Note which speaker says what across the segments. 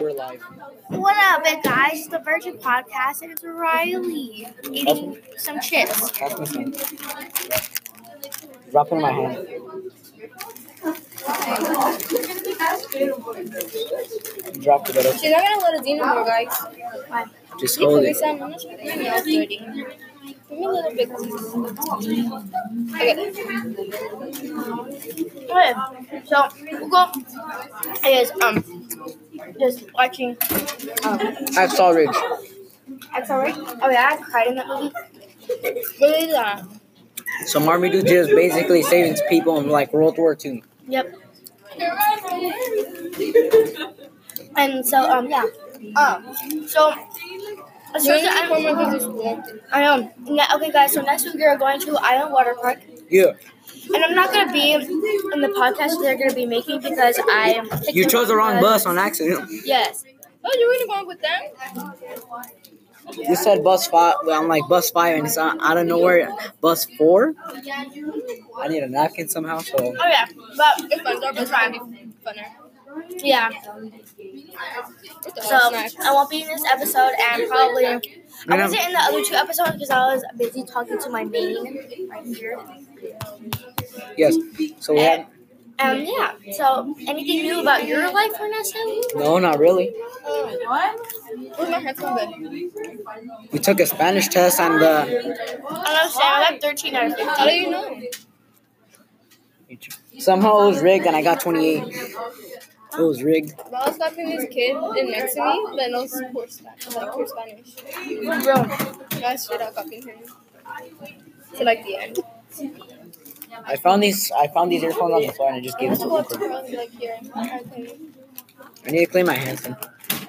Speaker 1: We're live.
Speaker 2: What up, it guys? It's the Virgin Podcast, and it's Riley eating some chips.
Speaker 1: Pass me some. Drop it in my hand. Drop the better.
Speaker 3: She's not gonna let us in anymore, guys.
Speaker 1: Just
Speaker 3: Because
Speaker 1: hold
Speaker 3: we
Speaker 1: it.
Speaker 3: sound much better than us already. Give me a little bit. Okay.
Speaker 2: Okay, so we'll go. I guess um, just watching.
Speaker 1: At Sawridge.
Speaker 2: I'm sorry. Oh yeah, I cried in that movie. Really uh, long.
Speaker 1: So Marmaduke just basically saving people in like World War II.
Speaker 2: Yep. And so um yeah, um so.
Speaker 3: So
Speaker 2: So
Speaker 3: we need to
Speaker 2: I
Speaker 3: form a business school.
Speaker 2: I know. Ne- Okay, guys. So next week we are going to Island Water Park,
Speaker 1: Yeah.
Speaker 2: and I'm not gonna be in the podcast they're gonna be making because I am.
Speaker 1: You chose the wrong bus on accident.
Speaker 2: Yes.
Speaker 3: Oh, you're really going with them?
Speaker 1: You said bus five. Well, I'm like bus five, and it's out out of nowhere. Bus four. I need a napkin somehow. So
Speaker 2: Oh yeah, but
Speaker 3: It's fun. Our bus would be funner.
Speaker 2: yeah.
Speaker 3: It's a
Speaker 2: So
Speaker 3: lot of snacks.
Speaker 2: I won't be in this episode, and probably I
Speaker 1: And I'm-
Speaker 2: wasn't in the other two episodes because I was busy talking to my main right here.
Speaker 1: yes. So we had
Speaker 2: Um, yeah. So anything new about your life, Vanessa?
Speaker 1: no, not really.
Speaker 3: Where's my headphone been?
Speaker 1: We took a Spanish test and uh,
Speaker 2: I don't know, I got 13 out of 15.
Speaker 3: How do you know?
Speaker 1: somehow it was rigged, and I got 28. It was rigged.
Speaker 3: Well, I was slapping this kid in next to me that knows poor Spanish. Like poor Spanish. Bro. Guys, straight up copying him. To like the end.
Speaker 1: I found these. I found these earphones on the floor, and I just gave it to Cooper.
Speaker 3: Around, like, here. I think.
Speaker 1: I need to clean my hands. Then.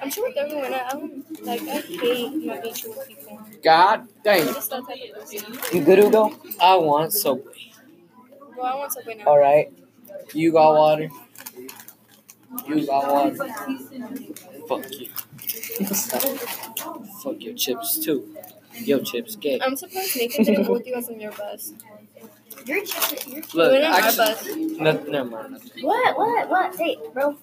Speaker 3: I'm sure with everyone, I don't like. I hate my nature with people.
Speaker 4: God
Speaker 3: I'm
Speaker 4: dang.
Speaker 3: just that type of person.
Speaker 1: You good, Hugo?
Speaker 4: I want Subway.
Speaker 3: Bro, I want something now.
Speaker 1: All right.
Speaker 4: You got water. You got water. Fuck you. Fuck your chips too. Your chips gay.
Speaker 3: I'm surprised Nathan didn't go with you on some of your bus.
Speaker 2: Your chip. Your
Speaker 3: we
Speaker 4: Look,
Speaker 3: went on our
Speaker 4: actually,
Speaker 3: bus.
Speaker 4: no, never mind.
Speaker 2: what? What? What? Say, it, bro.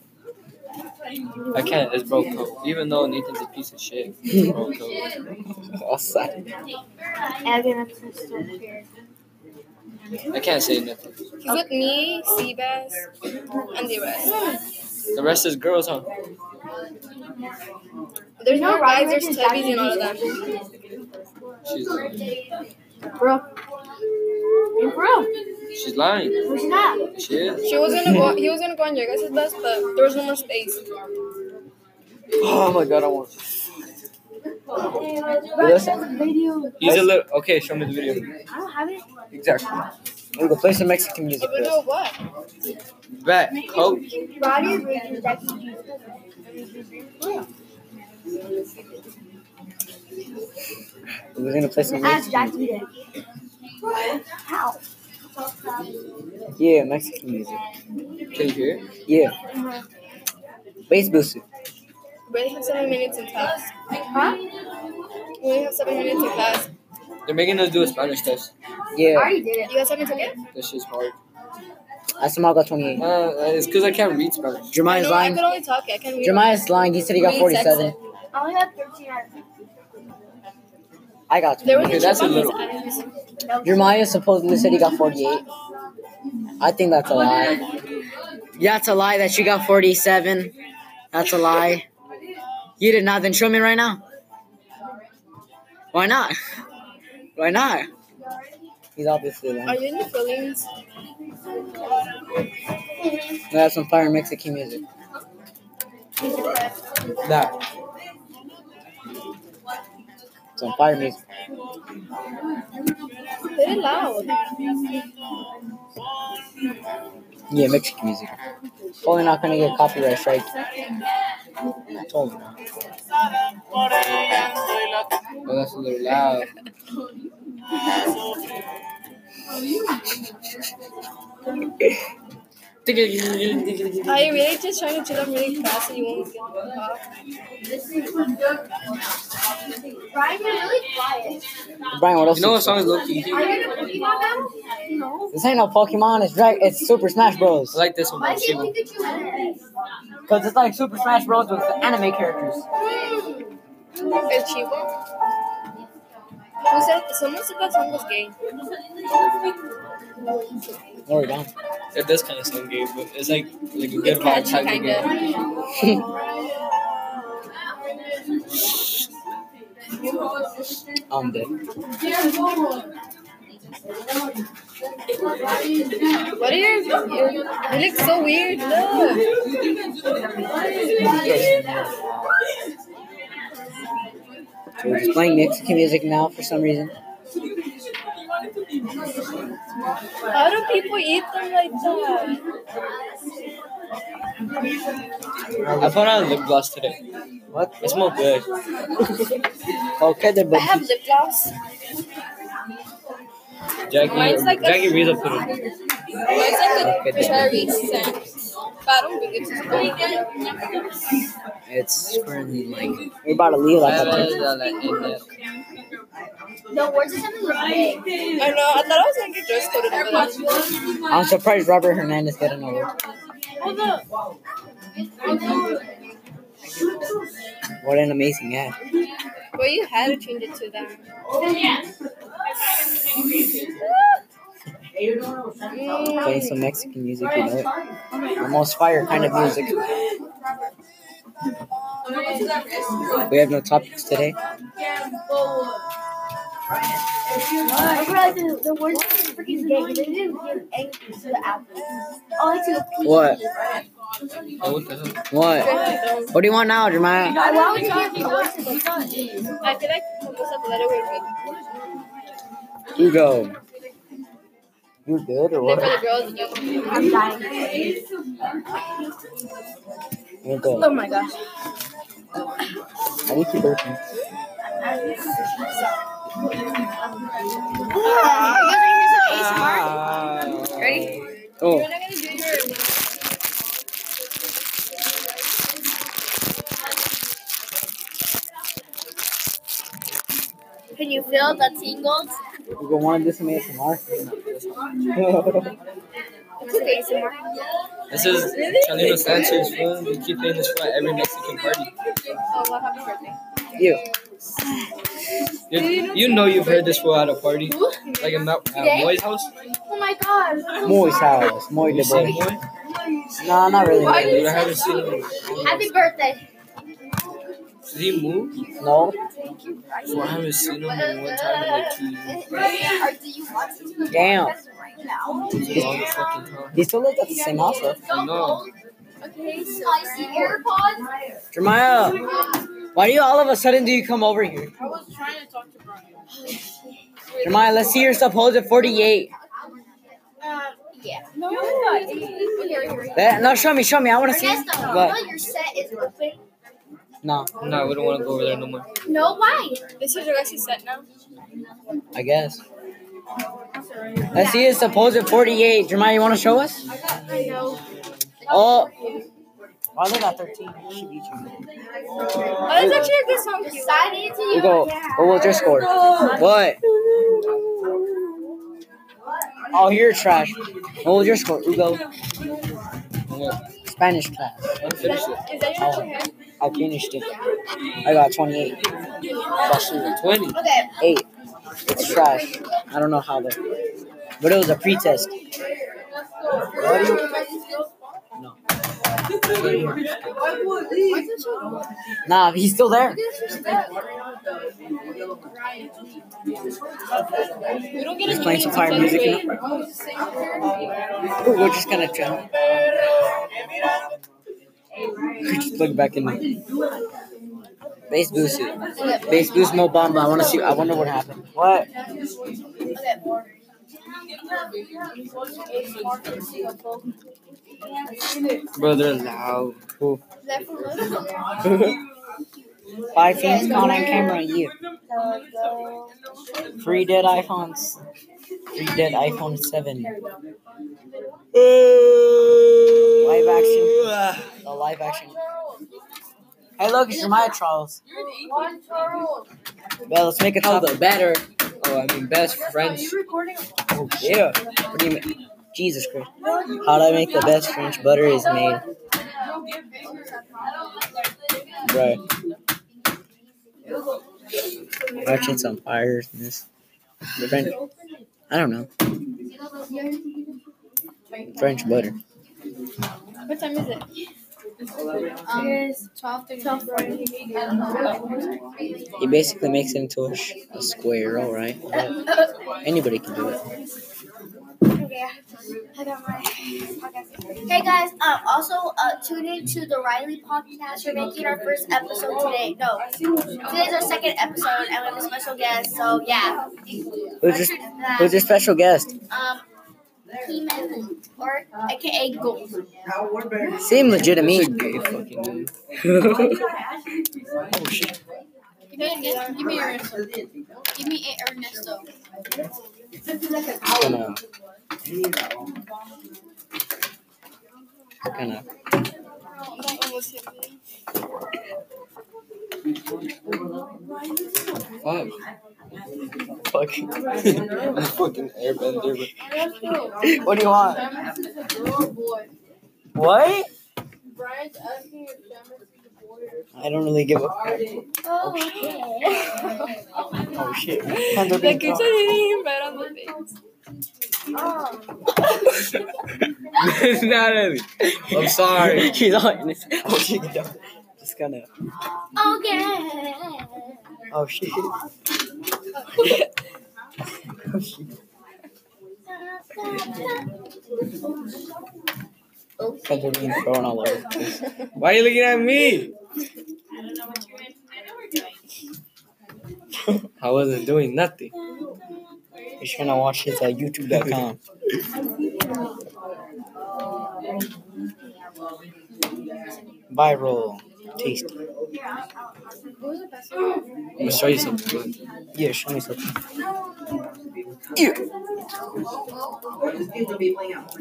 Speaker 4: I can't. It's bro code. Even though Nathan's a piece of shit, it's bro code.
Speaker 1: Outside.
Speaker 2: Evan, I'm so scared.
Speaker 4: I can't say nothing.
Speaker 3: He's with me, Seabass, and the rest.
Speaker 4: The rest is girls, huh?
Speaker 3: There's no guys, there's tubbies and all of them.
Speaker 4: She's
Speaker 2: Bro. And bro,
Speaker 4: she's lying.
Speaker 2: where's that?
Speaker 4: She is.
Speaker 3: She was gonna go. He was gonna go on your guys' bus, but there was no more space.
Speaker 4: Oh my god, I want.
Speaker 2: video.
Speaker 4: He's a little. Okay, show me the video.
Speaker 2: I don't have it.
Speaker 4: Exactly.
Speaker 1: Hugo, play some Mexican music.
Speaker 3: If
Speaker 1: for
Speaker 3: we
Speaker 1: us.
Speaker 3: do what?
Speaker 4: Back, Oh, coach.
Speaker 2: Body review that you
Speaker 1: We're gonna play some. Mexican
Speaker 2: Ask Jackie that. How?
Speaker 1: music. Yeah, Mexican music.
Speaker 4: Can you hear?
Speaker 1: Yeah. Bass boosted.
Speaker 3: We only have seven minutes in class.
Speaker 2: Huh?
Speaker 3: We only have seven minutes in class.
Speaker 4: They're making us do a Spanish test.
Speaker 2: I
Speaker 1: Yeah.
Speaker 2: already did it.
Speaker 3: You guys haven't taken it?
Speaker 4: This shit's hard.
Speaker 1: I somehow got 28.
Speaker 4: Uh, it's because I can't read Spanish.
Speaker 3: I
Speaker 1: Jeremiah's
Speaker 3: know. I
Speaker 1: lying.
Speaker 3: could only talk. I can't read.
Speaker 1: Jeremiah's lying. He said he got
Speaker 3: Read sex
Speaker 1: 47.
Speaker 2: I only have 13 out of
Speaker 1: I got
Speaker 3: There was
Speaker 1: 28.
Speaker 4: Okay, that's
Speaker 3: chip
Speaker 4: a
Speaker 3: on his
Speaker 4: little.
Speaker 3: eyes.
Speaker 1: Jeremiah supposedly said he got 48. I think that's a lie. That's a lie that she got 47. That's a lie. You did not. Then show me right now. Why not? Why not? He's obviously
Speaker 3: Are
Speaker 1: lying.
Speaker 3: you in your feelings?
Speaker 1: We have some fire Mexican music.
Speaker 4: Nah.
Speaker 1: Some fire music.
Speaker 3: Play it loud.
Speaker 1: Yeah, Mexican music. Probably not gonna get copyright strike. I told him.
Speaker 4: Oh, that's a little loud.
Speaker 3: Are you really just trying to do them really fast so you won't get off?
Speaker 2: Brian, you're really quiet.
Speaker 1: Brian, what else?
Speaker 4: You know
Speaker 1: you
Speaker 4: what song is
Speaker 1: got?
Speaker 4: low key?
Speaker 2: Are you going to Pokemon battle? No.
Speaker 1: This ain't no Pokemon. It's drag. It's Super Smash Bros.
Speaker 4: I like this one.
Speaker 2: Why
Speaker 4: by
Speaker 2: do you
Speaker 4: Shiva.
Speaker 2: think that you
Speaker 1: Because it's like Super Smash Bros. with the anime characters.
Speaker 3: El Chivo. Who said someone said that song was gay?
Speaker 1: There we go.
Speaker 4: It does kind of sound gay, but it's like like a good
Speaker 3: It's
Speaker 4: vibe
Speaker 3: catchy,
Speaker 4: type of gay.
Speaker 3: kinda.
Speaker 1: I'm dead.
Speaker 3: What are your? You look so weird. Look.
Speaker 1: So we're just playing Mexican music now for some reason.
Speaker 3: How do people eat them like that?
Speaker 4: I put on lip gloss today.
Speaker 1: What?
Speaker 4: It smells good.
Speaker 1: Okay, the
Speaker 3: I have lip gloss.
Speaker 4: Jackie,
Speaker 3: Mine's like a-
Speaker 4: Jackie Reza put it.
Speaker 3: Mine's like
Speaker 1: Okay,
Speaker 3: a cherry scent. But I don't think it's as good.
Speaker 1: It's currently like we're about to leave like a bunch.
Speaker 2: The words are something like
Speaker 3: I know. I thought I was gonna get dress coded over that.
Speaker 1: I'm surprised Robert Hernandez got an award. What an amazing ad.
Speaker 3: Well, you had to change it to that.
Speaker 1: Playing some Mexican music, you know it. Almost fire kind of music. We have no topics today.
Speaker 2: I realize the, the words are freaking gay. They didn't give angry to the apple. Oh, it's a pea.
Speaker 1: What?
Speaker 4: Oh, it doesn't.
Speaker 1: What? What do you want now, Jeremiah?
Speaker 2: Why why would you give the words to the
Speaker 3: I feel like almost a letter would be
Speaker 1: You go. You good or
Speaker 3: good for
Speaker 1: what?
Speaker 3: the girls and young.
Speaker 2: I'm dying.
Speaker 1: You go.
Speaker 3: Oh my gosh.
Speaker 1: I need to burping.
Speaker 4: Ah.
Speaker 3: Ready?
Speaker 1: Oh,
Speaker 3: not gonna do your.
Speaker 2: Can you feel the tingles?
Speaker 1: you gonna want to do some ASMR?
Speaker 3: It's okay, some more.
Speaker 4: This is Chalino Sanchez. fool. We keep playing this for every Mexican party.
Speaker 3: Oh, well, happy birthday.
Speaker 1: you.
Speaker 4: You, you know you've heard this for at a party, like at, Ma- at Moy's house.
Speaker 2: Oh my god.
Speaker 1: Muy salas, muy
Speaker 4: You
Speaker 1: de
Speaker 4: seen
Speaker 1: boy.
Speaker 4: Moy?
Speaker 1: No, not really.
Speaker 4: Dude, I haven't seen him.
Speaker 2: Happy birthday.
Speaker 4: Does he move?
Speaker 1: No.
Speaker 4: Well, I haven't seen him in one time in like two years.
Speaker 2: Or do you want to do
Speaker 1: Damn.
Speaker 2: this right now?
Speaker 4: It's a long fucking time.
Speaker 1: He still lives at the same house though.
Speaker 4: No.
Speaker 2: Okay, so I see AirPods.
Speaker 1: Jeremiah, why do you all of a sudden do you come over here?
Speaker 5: I was trying to talk to Brian.
Speaker 1: Jeremiah, let's see your supposed 48.
Speaker 2: Yeah.
Speaker 5: No,
Speaker 1: That- no, show me, show me. I want to see.
Speaker 2: Ernesto, you
Speaker 1: But
Speaker 2: know your set is open.
Speaker 1: no,
Speaker 4: No, we don't want to go over there no more.
Speaker 2: No, why?
Speaker 3: This is your guys' set now.
Speaker 1: I guess. Let's see his supposed 48. Jeremiah, you want to show us?
Speaker 2: I know.
Speaker 1: Oh. I live at 13. I should beat you.
Speaker 3: Oh, that's actually a good song. Cute.
Speaker 2: Decided to
Speaker 1: You go. What was your score? What? Oh, you're trash. What was your score, Ugo?
Speaker 4: I'm gonna
Speaker 1: Spanish class.
Speaker 4: I'm gonna finish it.
Speaker 3: Is that your
Speaker 1: Oh,
Speaker 3: hair?
Speaker 1: I finished it. I got 28. Basura.
Speaker 4: 20.
Speaker 2: Okay.
Speaker 1: Eight. It's trash. I don't know how to. But it was a pretest. What do you? No. Nah, he's still there.
Speaker 3: We don't get
Speaker 1: He's
Speaker 3: a
Speaker 1: playing some fire music. You know? Ooh, we're just gonna chill. just look back in me. Bass boost. it. Bass boost Mo Bamba. I wanna see. I wonder what happened. What?
Speaker 4: Bro, they're loud.
Speaker 1: Five things caught on camera. You. Free dead iPhones. Free dead iPhone 7. Live action.
Speaker 4: Oh,
Speaker 1: The live action. Hey, look, it's Jeremiah Charles. Well, let's make a
Speaker 4: How
Speaker 1: topic.
Speaker 4: the better. Oh, I mean, best friends.
Speaker 1: Oh, yeah. What do you mean? Jesus Christ. How do I make the best French butter is made? Bro. Watching some fires in this. The French. I don't know. French butter.
Speaker 3: What time is it? it's 12
Speaker 1: It basically makes it into a, sh- a square, alright? Anybody can do it.
Speaker 2: Okay, I got my podcast. Hey guys, uh, also uh, tune in to the Riley podcast. We're making our first episode today. No, today's our second episode, and we have a special guest. So yeah,
Speaker 1: Who's your, who's your special guest?
Speaker 2: um, He-Man or AKA Gold.
Speaker 1: Seem legit to me.
Speaker 4: That's a gay fucking name. Oh shit.
Speaker 3: Give me, give me Ernesto. Give me Ernesto.
Speaker 1: kind of kind of
Speaker 4: Fuck. Fuck. fucking airbender.
Speaker 1: what do you want what
Speaker 3: Brian's asking if Gemma's the border.
Speaker 1: i don't really give a
Speaker 2: Oh, okay.
Speaker 1: oh shit
Speaker 3: Like it's already right on the face.
Speaker 2: oh.
Speaker 4: Natalie. I'm sorry.
Speaker 1: she's all in this oh shit good job. just gonna
Speaker 2: okay.
Speaker 1: oh shit Because we're being thrown all over.
Speaker 4: Why are you looking at me? I wasn't doing nothing.
Speaker 1: You should gonna watch his uh, YouTube.com. Viral, tasty.
Speaker 4: I'm gonna show you something. good.
Speaker 1: Yeah, show me something.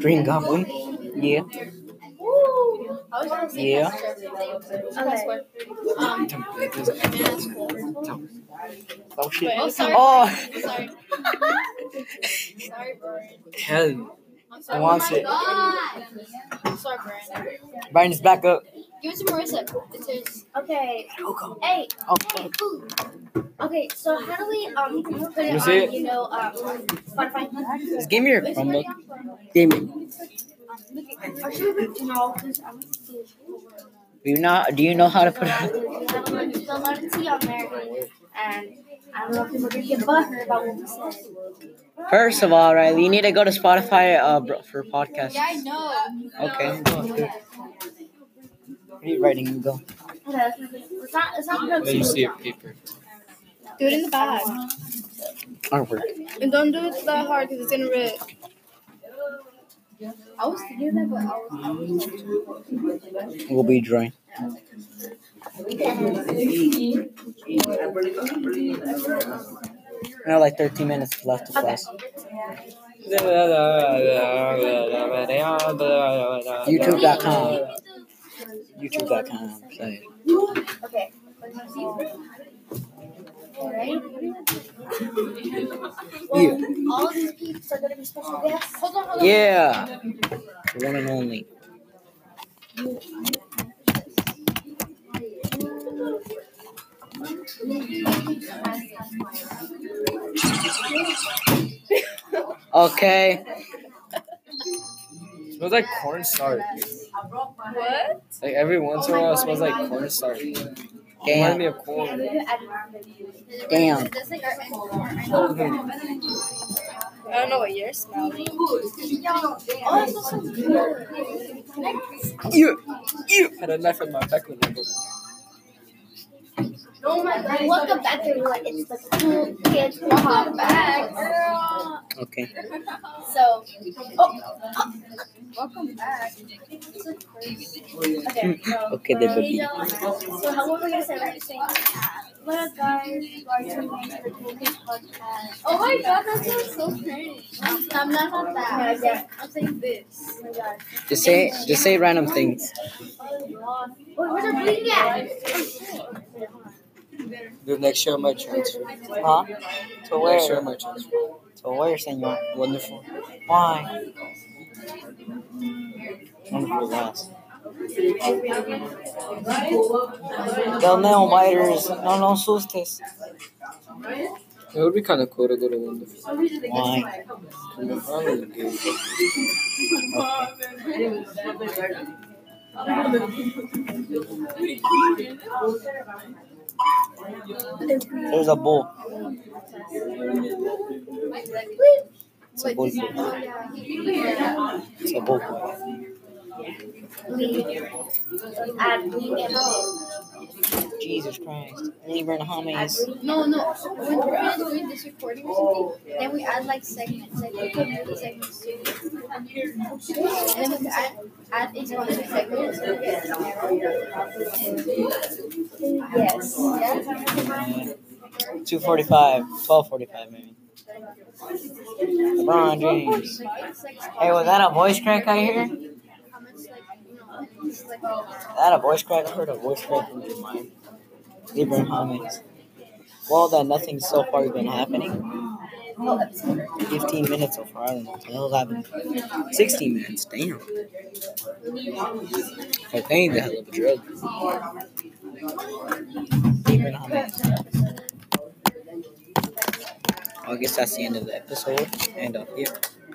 Speaker 1: Green Goblin. Yeah. Yeah.
Speaker 2: Okay.
Speaker 1: Oh shit.
Speaker 3: Oh, sorry.
Speaker 1: Oh,
Speaker 3: Sorry. Sorry, Brian.
Speaker 4: Ten.
Speaker 3: I'm
Speaker 1: I
Speaker 3: sorry.
Speaker 1: want it.
Speaker 3: I'm sorry, Brian.
Speaker 1: Brian is back up.
Speaker 3: Give it to Marissa. It's his.
Speaker 2: Okay.
Speaker 1: Oh,
Speaker 2: Hey.
Speaker 1: fuck.
Speaker 2: Okay. So how do we um put it
Speaker 4: You
Speaker 2: on?
Speaker 4: see it?
Speaker 2: You know, um, Spotify.
Speaker 1: Just give me your Chromebook. Give me. Do you not? Do you know how to put? it-
Speaker 2: There's a lot of tea on there, and I don't know if people are gonna get butthurt about what we said.
Speaker 1: First of all, Riley, you need to go to Spotify uh, bro- for podcasts.
Speaker 3: Yeah, I know.
Speaker 1: Okay. What are you writing? You go.
Speaker 2: Okay, that's not good. It's not. It's not
Speaker 4: Let you see
Speaker 2: good.
Speaker 4: a paper.
Speaker 3: Do it in the bag.
Speaker 1: Artwork.
Speaker 3: And don't do it that hard because it's gonna rip.
Speaker 2: I was thinking that, but I was.
Speaker 1: We'll be drawing. We have like 13 minutes left of class. YouTube.com. YouTube.com. Sorry.
Speaker 2: Okay. Alright. Well, all of these peeps are gonna be special guests. Hold on, hold on.
Speaker 1: Yeah. The one and only. Okay.
Speaker 4: smells like cornstarch.
Speaker 3: What?
Speaker 4: Like every once in a while, it smells like cornstarch. Remind
Speaker 1: Damn.
Speaker 4: me of corn.
Speaker 1: Damn.
Speaker 2: That's like our
Speaker 3: I don't know what you're smelling.
Speaker 2: Oh, it smells so good.
Speaker 1: You.
Speaker 4: Had a knife in my back when I was.
Speaker 2: Oh my god. Welcome back, everyone. It's the cool kids. Welcome back, girl.
Speaker 1: Okay.
Speaker 2: So,
Speaker 3: Welcome back.
Speaker 2: okay. So,
Speaker 1: Okay, the baby.
Speaker 2: so how what were we gonna say? We're saying, what up, guys? You are tuning in to the cool kids podcast.
Speaker 3: Oh my god, that sounds so strange.
Speaker 2: I'm not about that. Yeah,
Speaker 3: I'm saying this.
Speaker 2: Oh my god.
Speaker 1: Just say just say random things.
Speaker 2: Wait, where's our green at?
Speaker 4: Dude, next year I might transfer.
Speaker 1: Huh? To
Speaker 4: Next year I
Speaker 1: where?
Speaker 4: might transfer.
Speaker 1: To where, senor?
Speaker 4: Wonderful.
Speaker 1: Why? Wonderful last. They'll nail biters. No, no sustes.
Speaker 4: It would be kind of cool to go to London.
Speaker 1: Why?
Speaker 4: Come on, dude.
Speaker 1: There's a bull. It's a bull. It's a bull. Jesus Christ. Only burn how many?
Speaker 6: No, no. When we're doing this recording or something, then we add like segments, like we put movie segments too. And then we add, add each one of the segments.
Speaker 7: Yes. Yeah.
Speaker 1: 245, 1245 maybe. LeBron James. Hey, was that a voice crack I hear?
Speaker 6: How much like, you know, it's like, oh,
Speaker 1: That a voice crack? I heard a voice crack in your mind. Libra comments. Well, that nothing so far has been happening.
Speaker 7: episode.
Speaker 1: 15 minutes so far. I don't know what the hell's happening. 16 minutes. Damn. Cocaine the hell of a drug. Libra comments. I guess that's the end of the episode. And up here.